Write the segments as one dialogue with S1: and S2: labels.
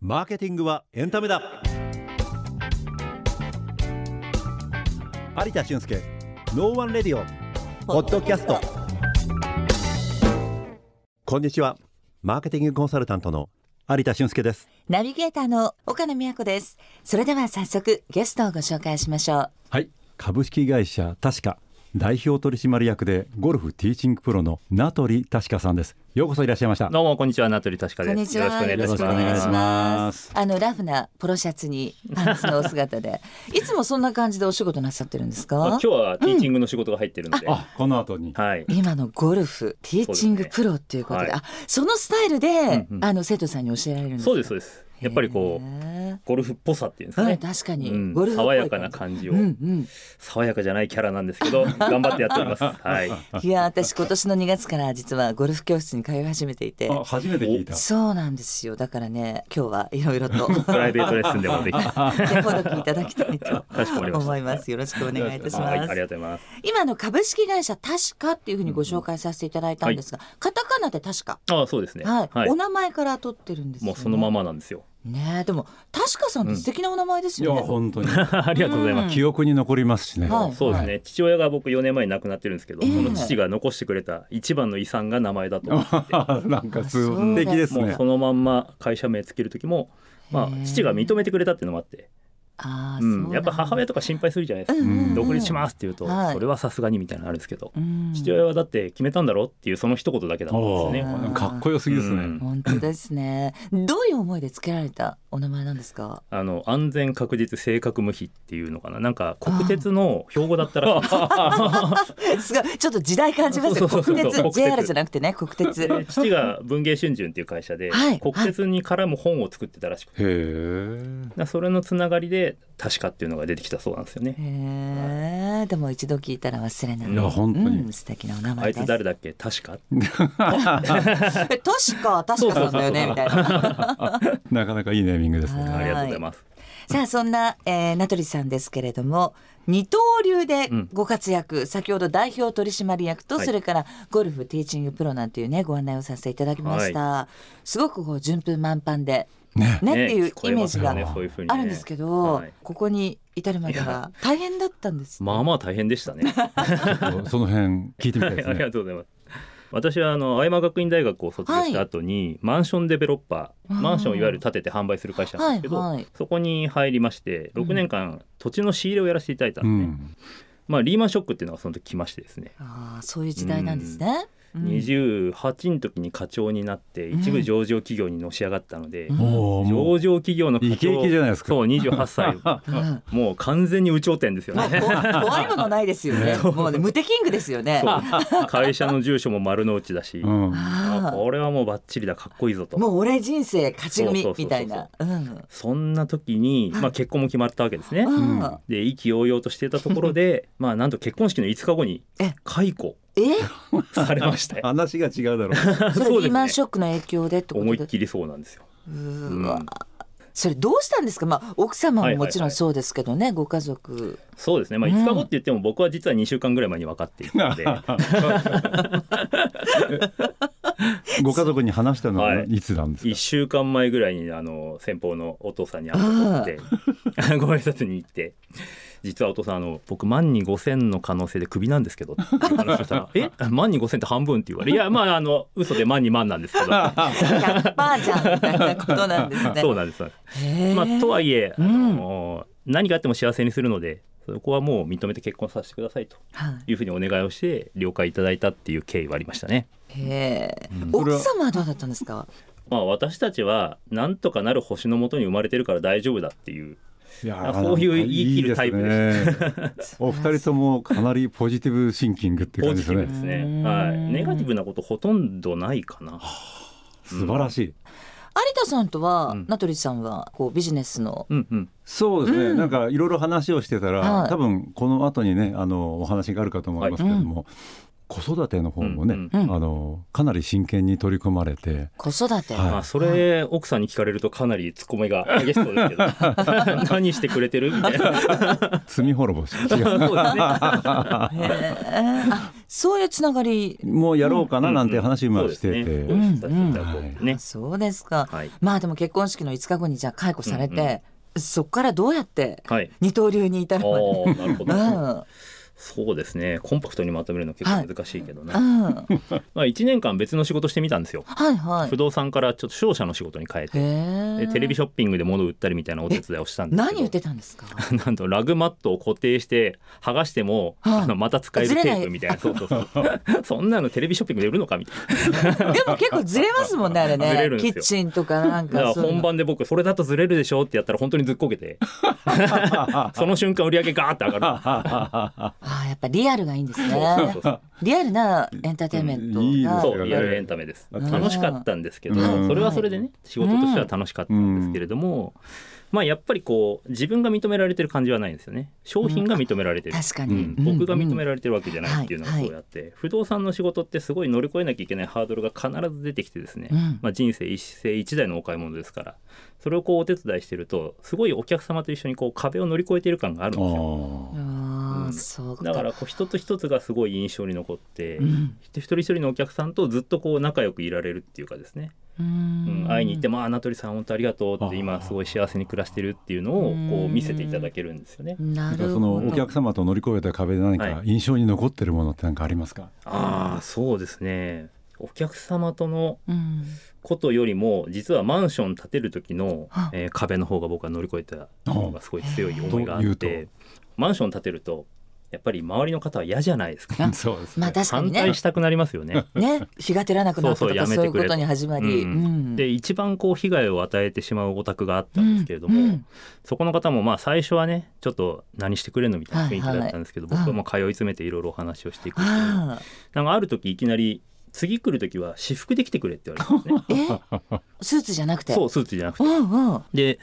S1: マーケティングはエンタメだ有田俊介ノーワンレディオポッドキャストこんにちはマーケティングコンサルタントの有田俊介です
S2: ナビゲーターの岡野美和子です。それでは早速ゲストをご紹介しましょう。
S1: はい株式会社確か代表取締役でゴルフティーチングプロの名取確かさんですようこそいらっしゃいました
S3: どうもこんにちは名取確か
S2: こん
S3: で
S2: に
S3: す。
S2: ちは。
S3: よろしくお
S1: よろしくお
S3: 願いし
S1: 願
S3: ま
S1: いし
S3: す。
S1: ます
S2: あのラフなポロシャ ツにパンツのお姿で、いつもそんな感じでお仕事なさってるんです
S3: まあ
S2: か
S3: 今。日はティーチングの仕事が入ってるので、
S1: あこの後に
S3: はい。
S2: 今のゴルフティーチングプロっていうことで、
S3: そうで
S2: あそのスタイルで、
S3: うんうん
S2: あの生徒さんに教えられるんですか。
S3: そうですそうです。やっぱりこう
S2: う。
S3: ゴルフっぽさっていうんですか
S2: は
S3: ね
S2: い、。確かに、
S3: うん
S2: ゴルフっぽ
S3: 爽
S2: い
S3: やかな感じを、
S2: うんうん、
S3: 爽やかじゃないキャラなんですけど頑張ってやっておりま す。はい。
S2: いや私今年の2月から実はゴルフ教室に通い始めていて
S1: あ初めて聞いた
S2: そうなんですよだからね今日はいろいろ と
S3: プライベートレッスンでもできて。は
S2: 手ほどきいただきたい と
S3: かしこまりました
S2: 思います。よろしくお願いいたし
S3: い、あ
S2: ま
S3: りがと
S2: す。
S3: うございます。
S2: 今の株式会社確かっていうふうにご紹介させていただいたんですが、カタカナで確か。
S3: あ、そうですね。
S2: はい、お名前から取ってるんですよ、
S3: も
S2: ね。
S3: うそのままなんですよ。
S2: ねえ、でも、確かさんって素敵なお名前です
S1: いや
S2: よね。
S1: 本当に
S3: ありがとうございます。
S1: 記憶に残りますしね、
S2: はい
S3: そうですね、父親が僕4年前に亡くなってるんですけど、
S2: ええ
S3: その父が残してくれた一番の遺産が名前だと思っ て
S1: なんか素敵です
S3: もう
S1: ね
S3: そのまんま会社名つける時も、
S2: へ
S3: ま
S2: え
S3: あ、父が認めてくれたっていうのもあって、
S2: ああ、
S3: う
S2: そうなん
S3: ん、
S2: だ
S3: やっぱ母親とか心配するじゃないですか、
S2: うんうんうん
S3: 独立しますって言うと、
S2: はい
S3: それはさすがにみたいなのあるんですけど、
S2: うん
S3: 父親はだって決めたんだろうっていうその一言だけだったんですよね。
S2: おー
S3: あ
S1: かっこよすぎですね、
S3: うん
S2: 本当ですね。どういう思いで付けられたお名前なんですか。
S3: あの安全確実正確無比っていうのかななんか国鉄の標語だったらしいんですよ
S2: すごい、ちょっと時代感じますよ。
S3: そうそうそう
S2: 国鉄、
S3: そう国鉄
S2: JR じゃなくてね、国鉄。
S3: で父が文藝春秋っていう会社で、
S2: はい
S3: 国鉄に絡む本を作ってたらしくて、
S1: へえ
S3: だからそれのつながりで確かっていうのが出てきたそうなんですよね。
S2: へえ、でも一度聞いたら忘れない。
S3: いや
S1: 本当に
S2: うん素敵なお名
S3: あ
S2: 前
S3: い
S2: です。
S3: つ誰だっけ確か
S2: え確か確かさんだよねみたいな。
S1: なかなかいいネーミングです
S2: は
S1: ね
S3: ありがとうございます。
S2: さあそんな、えー、名取さんですけれども二刀流で
S3: うん
S2: ご活躍、先ほど代表取締役と
S3: はい
S2: それからゴルフティーチングプロなんていうねご案内をさせていただきました。すごくこう順風満帆で
S1: ね
S2: ねっていう
S3: 聞こ
S2: イ
S3: え
S2: メー
S3: ま
S2: ジ
S3: す
S2: が
S3: よねそういうふうにね
S2: あるんですけど、
S3: はい
S2: ここに至るまで
S3: い
S2: は
S3: や
S2: 大変だったんです。
S3: まあまあ大変でし たね。
S1: その辺聞いてみたいで
S3: はい
S1: す
S3: あり
S1: ね
S3: がとうございます。私はあの青山学院大学を卒業した後に、マンションデベロッパー
S2: あー
S3: マンションをいわゆる建てて販売する会社なんですけど、
S2: はいはい
S3: そこに入りまして6年間土地の仕入れをやらせていただいたん
S1: う
S3: ですね、
S1: ん
S3: まあ、リーマンショックっていうのがその時来ましてですね、
S2: ああそういう時代なんですね。うん
S3: 28の時に課長になって一部上場企業にのし上がったので、
S2: うん
S1: もうもう
S3: 上場企業の課長
S1: イケイケじゃないですか
S3: そう28歳
S2: うん
S3: もう完全に有頂天ですよ
S2: もう
S3: ね
S2: こ怖いものないですよね。もうね、ムテキングですよね。
S3: そう 会社の住所も丸の内だし、
S1: うん
S3: あ
S2: あ
S3: これはもうバッチリだかっこいいぞと
S2: あ、もう俺人生勝ち組
S3: そうそうそうそう
S2: みたいな。うん。
S3: そんな時に、まあ、結婚も決まったわけですね。
S1: ん
S2: ああ
S3: で意気揚々としていたとこ ろでまあなんと結婚式の5日後に
S2: え
S3: 解雇
S2: え、
S3: されま したよ。
S1: 話が違うだろう
S2: それ
S3: そう
S2: リー
S3: ですね
S2: マンショックの影響でってこ
S3: 思い
S2: と
S3: っ
S2: で。
S3: きりそうなんですよ。
S2: う
S3: うん
S2: わそれどうしたんですか。まあ奥様ももちろ
S3: はいはいは
S2: ん
S3: い
S2: そうですけどね、ご家族。
S3: そうですね、まあ、
S2: うん
S3: 5日後って言っても僕は実は2週間ぐらい前に分かっていた ので
S1: ご家族に話したのは
S3: はい
S1: いつなんですか
S3: 1週間前ぐらいにあの先方のお父さんに会ってもらって ご挨拶に行って「実はお父さんあの僕万に5,000の可能性でクビなんですけど」っていう話をした ら「え万に5,000って半分?」って言われ「いやまああの嘘で万に万なんですけど」
S2: 100%じゃんみたいなことなんですね。
S3: そうなんですそうなんです。
S2: へえ
S3: まあ、とはいえ、
S2: うん
S3: あの何があっても幸せにするのでそこはもう認めて結婚させてくださいと
S2: はい
S3: いうふうにお願いをして了解いただいたっていう経緯はありましたね。
S2: へえ
S3: うん
S1: それは
S2: 奥様はどうだったんですか。
S3: まあ、私たちはなんとかなる星のもとに生まれてるから大丈夫だっていう
S1: いや
S3: そういう言い切るタイプ
S1: ですねお二人ともかなりポジティブシンキングって
S3: ポ
S1: 感
S3: ジ
S1: じ
S3: テ
S1: で
S3: ィブ
S1: す
S3: で
S1: ね
S3: す
S2: う
S3: ね。
S2: ん
S3: はい、ネガティブなことほとんどないかな。
S1: 素晴らしい、
S2: 有田さんとは、
S3: うん
S2: 名取さんはこうビジネスの
S3: うんうん、
S1: そうですね、
S2: うん
S1: なんかいろいろ話をしてたら、
S2: はい
S1: 多分この後にねあのお話があるかと思いますけれども、子育ての方もね、
S3: うん
S2: うんうん
S1: あのかなり真剣に取り組まれて
S2: 子育て、
S1: はい
S3: まあ、それ奥さんに聞かれるとかなりツッコミが激しそうですけど 何してくれてるみたいなそう
S1: 罪滅ぼし
S3: ですね
S2: へえあそういうつながり、
S1: もうやろうかななんて話もしてて、
S3: そうです
S2: ん
S3: ねご一緒させていただこうとね、
S2: そうですか、
S3: はい
S2: まあでも結婚式の5日後にじゃあ解雇されて、そこからどうやって
S3: はい
S2: 二刀流に至るまで、
S3: おーなるほ
S2: う
S3: ど
S2: ん
S3: そうですねコンパクトにまとめるの結構難しいけどね、
S2: うん、はい
S3: まあ、1年間別の仕事してみたんですよ、
S2: はい
S3: 不動産からちょっと商社の仕事に変えて、
S2: へ
S3: で
S2: え
S3: テレビショッピングで物を売ったりみたいなお手伝いをしたんですけど
S2: 何言ってたんですか
S3: なんとラグマットを固定して剥がしても、
S2: はい
S3: あのまた使える
S2: ずれ
S3: テ
S2: ない
S3: ープみたいなそうそう そうそんなのテレビショッピングで売るのかみたい
S2: でも結構ずれます もんねあれ
S3: ずれ
S2: ね
S3: るん
S2: キ
S3: です
S2: ッ
S3: よ
S2: チンとかなん
S3: なだ
S2: か
S3: か
S2: そ
S3: ら
S2: ういう
S3: 本
S2: の
S3: 番で僕それだとずれるでしょってやったら本当にずっこけてその瞬間売り上げガーって上が
S2: ああやっぱリアルがいいんです
S3: るそう
S2: ね
S3: そうそう
S2: リアルなエンターテインメントが、
S1: うんいいです
S3: そう
S1: ね
S3: リアルエンタメです
S1: うん
S3: 楽しかったんですけど
S1: うん
S3: それはそれでね仕事としては楽しかったんですけれどもまあやっぱりこう自分が認められてる感じはないんですよね商品が認められてる
S2: 確かに、
S1: うん
S3: 僕が認め
S2: る、
S3: られてるわけじゃないっていうのが
S2: はい
S3: そうやって、不動産の仕事ってすごい乗り越えなきゃいけないハードルが必ず出てきてですね、
S2: うん
S3: まあ、人生一世一代のお買い物ですからそれをこうお手伝いしてるとすごいお客様と一緒にこう壁を乗り越えている感があるんですよ
S2: う
S1: あ
S2: んあ
S3: う
S2: あ
S3: ん
S2: そうか
S3: だからこう一つ一つがすごい印象に残って、
S2: うん
S3: 一人一人のお客さんとずっとこう仲良くいられるっていうかですね、
S2: う
S3: うん
S2: ん
S3: 会いに行って「まあ名取さん本当ありがとう」
S1: あ
S3: っ
S1: あ
S3: て今すごい幸せに暮らしてるっていうのをこう見せていただけるんですよね。
S2: な
S1: なんか
S2: る
S1: そ
S2: ほ
S1: の
S2: ど
S1: お客様と乗り越えた壁で何か
S3: は
S1: 印象に残ってるものって何かありますか、
S3: ああそうですねお客様との
S2: うん
S3: ことよりも実はマンション建てる時の
S2: は、
S3: えー壁の方が僕は乗り越えた方 がすごい強い思いがあっ
S1: という
S3: てマンション建てるとやっぱり周りの方は嫌じゃないですか
S1: そうです
S2: まあ確かに
S3: 反
S2: ね
S3: 対したくなりますよ ね。
S2: ね日が照らなくなったと
S3: そうそう
S2: か
S3: やめ
S2: そうい
S3: て
S2: う
S3: く
S2: こ
S3: れと
S2: とに始まり、
S3: うん
S2: うん
S3: で一番こう被害を与えてしまうお宅があったんですけれども、
S2: うん
S3: そこの方もまあ最初はねちょっと何してくれんのみたいな雰囲気だったんですけど、
S2: はいはい
S3: 僕はもう通い詰めていろいろお話をしていくうちに
S2: ああ。
S3: なんかある時いきなり次来る時は私服で来てくれって言われたんですね
S2: え スーツじゃなくて
S3: そうスーツじゃなくて
S2: うんうん
S3: で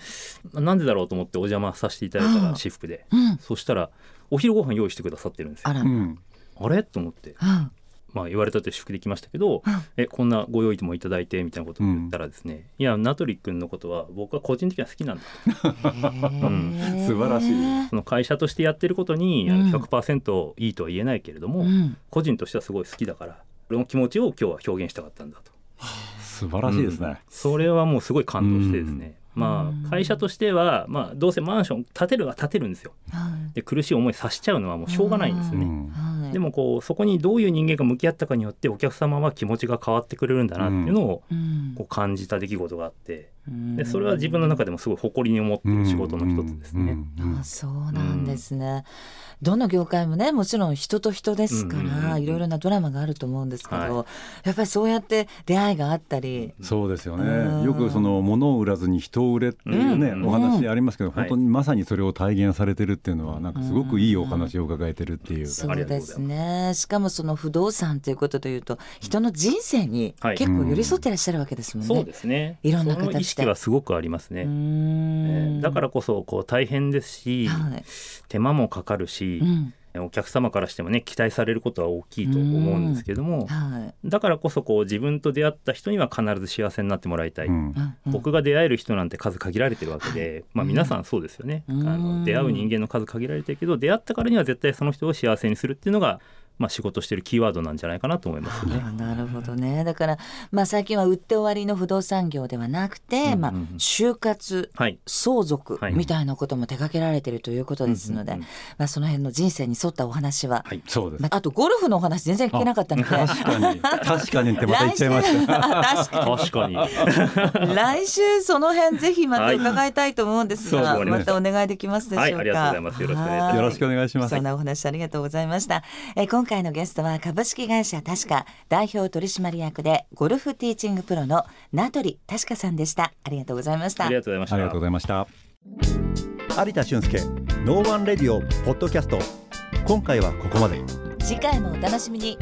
S3: なんでだろうと思ってお邪魔させていただいた
S2: う
S3: ら
S2: ん
S3: 私服で
S2: うん
S3: そしたらお昼ご飯用意してくださってるんですよ
S2: あら、
S1: う
S2: うん
S1: ん、
S3: あれと思って、
S2: うん
S3: まあ、言われたって私服で来ましたけど、
S2: うん
S3: えこんなご用意もいただいてみたいなことを言ったらですね、いや名取君のことは僕は個人的には好きなんだ
S1: ん素晴らしい
S3: その会社としてやってることにあ
S2: うん
S3: の100%いいとは言えないけれども、
S2: うん、
S3: 個人としてはすごい好きだから俺の気持ちを今日は表現したかったんだと。
S1: 素晴らしいですね、
S3: それはもうすごい感動してですね、
S2: うん
S3: ま
S2: うん
S3: あ会社としては、まあ、どうせマンション建てるは建てるんですよ
S2: はい
S3: で苦しい思いさせちゃうのはもうしょうがないんですよ
S1: う
S3: ね。
S1: ん
S2: はい、
S3: でもこうそこにどういう人間が向き合ったかによってお客様は気持ちが変わってくれるんだなっていうのを
S2: うん、
S3: こう感じた出来事があって
S2: うん
S3: でそれは自分の中でもすごい誇りに思ってる仕事の一つですね。
S1: うんうん
S2: あそうなんですね、どの業界もねもちろん人と人ですから、
S3: うんうんうん
S2: いろいろなドラマがあると思うんですけど、
S3: は
S2: やっぱりそうやって出会いがあったり、
S1: そうですよ
S2: うん
S1: ねよくその物を売らずに人を売れっていうね、
S3: うん
S1: お話ありますけど、
S3: ん
S1: 本当にまさにそれを体現されてるっていうのはなんかすごくいいお話を伺えてるっていうか、
S2: そうですねしかもその不動産ということというと人の人生に
S3: はい
S2: 結構寄り添ってらっしゃるわけですもんね。
S3: そうですね
S2: いろんな形で、
S3: その意識はすごくありますね、えーだかららこそこう大変ですし、
S2: はい
S3: 手間もかかるし
S2: う、ん
S3: お客様からしてもね期待されることは大きいと思うんですけども、
S2: はい
S3: だからこそこう自分と出会った人には必ず幸せになってもらいたい、
S1: うん
S2: うんうん
S3: 僕が出会える人なんて数限られてるわけで、まあ、皆さんそうですよね、
S2: うん
S3: あの出会う人間の数限られてるけど出会ったからには絶対その人を幸せにするっていうのが、まあ、仕事してるキーワードなんじゃないかなと思いますね。
S2: あなるほどねだから、まあ、最近は売って終わりの不動産業ではなくて、
S3: うんうんうん
S2: まあ、就活
S3: はい
S2: 相続
S3: はい
S2: みたいなことも手掛けられているということですので、
S3: うんうんうん
S2: まあ、その辺の人生に沿ったお話は、
S3: はい
S1: そうです
S2: まあ、あとゴルフのお話全然聞けなかったので。
S1: 確かに確かにってまた言っちゃいました
S2: 来週
S3: 確かに
S2: 来週その辺ぜひまた
S3: はい
S2: 伺いたいと思うんですが、
S3: そうですね
S2: またお願いできますでしょうか、
S3: はいありがとうございますよろしくお願いします
S2: は
S1: よろしくお願いします
S2: そんなお話ありがとうございました。えー今回のゲストは株式会社確か代表取締役でゴルフティーチングプロの名取確かさんでした。ありがとうございました
S3: あり。がとうございまし
S1: ありがと
S3: た
S1: うございました有田俊介ノーワンレディオポッドキャスト今回はここまで
S2: 次回もお楽しみに。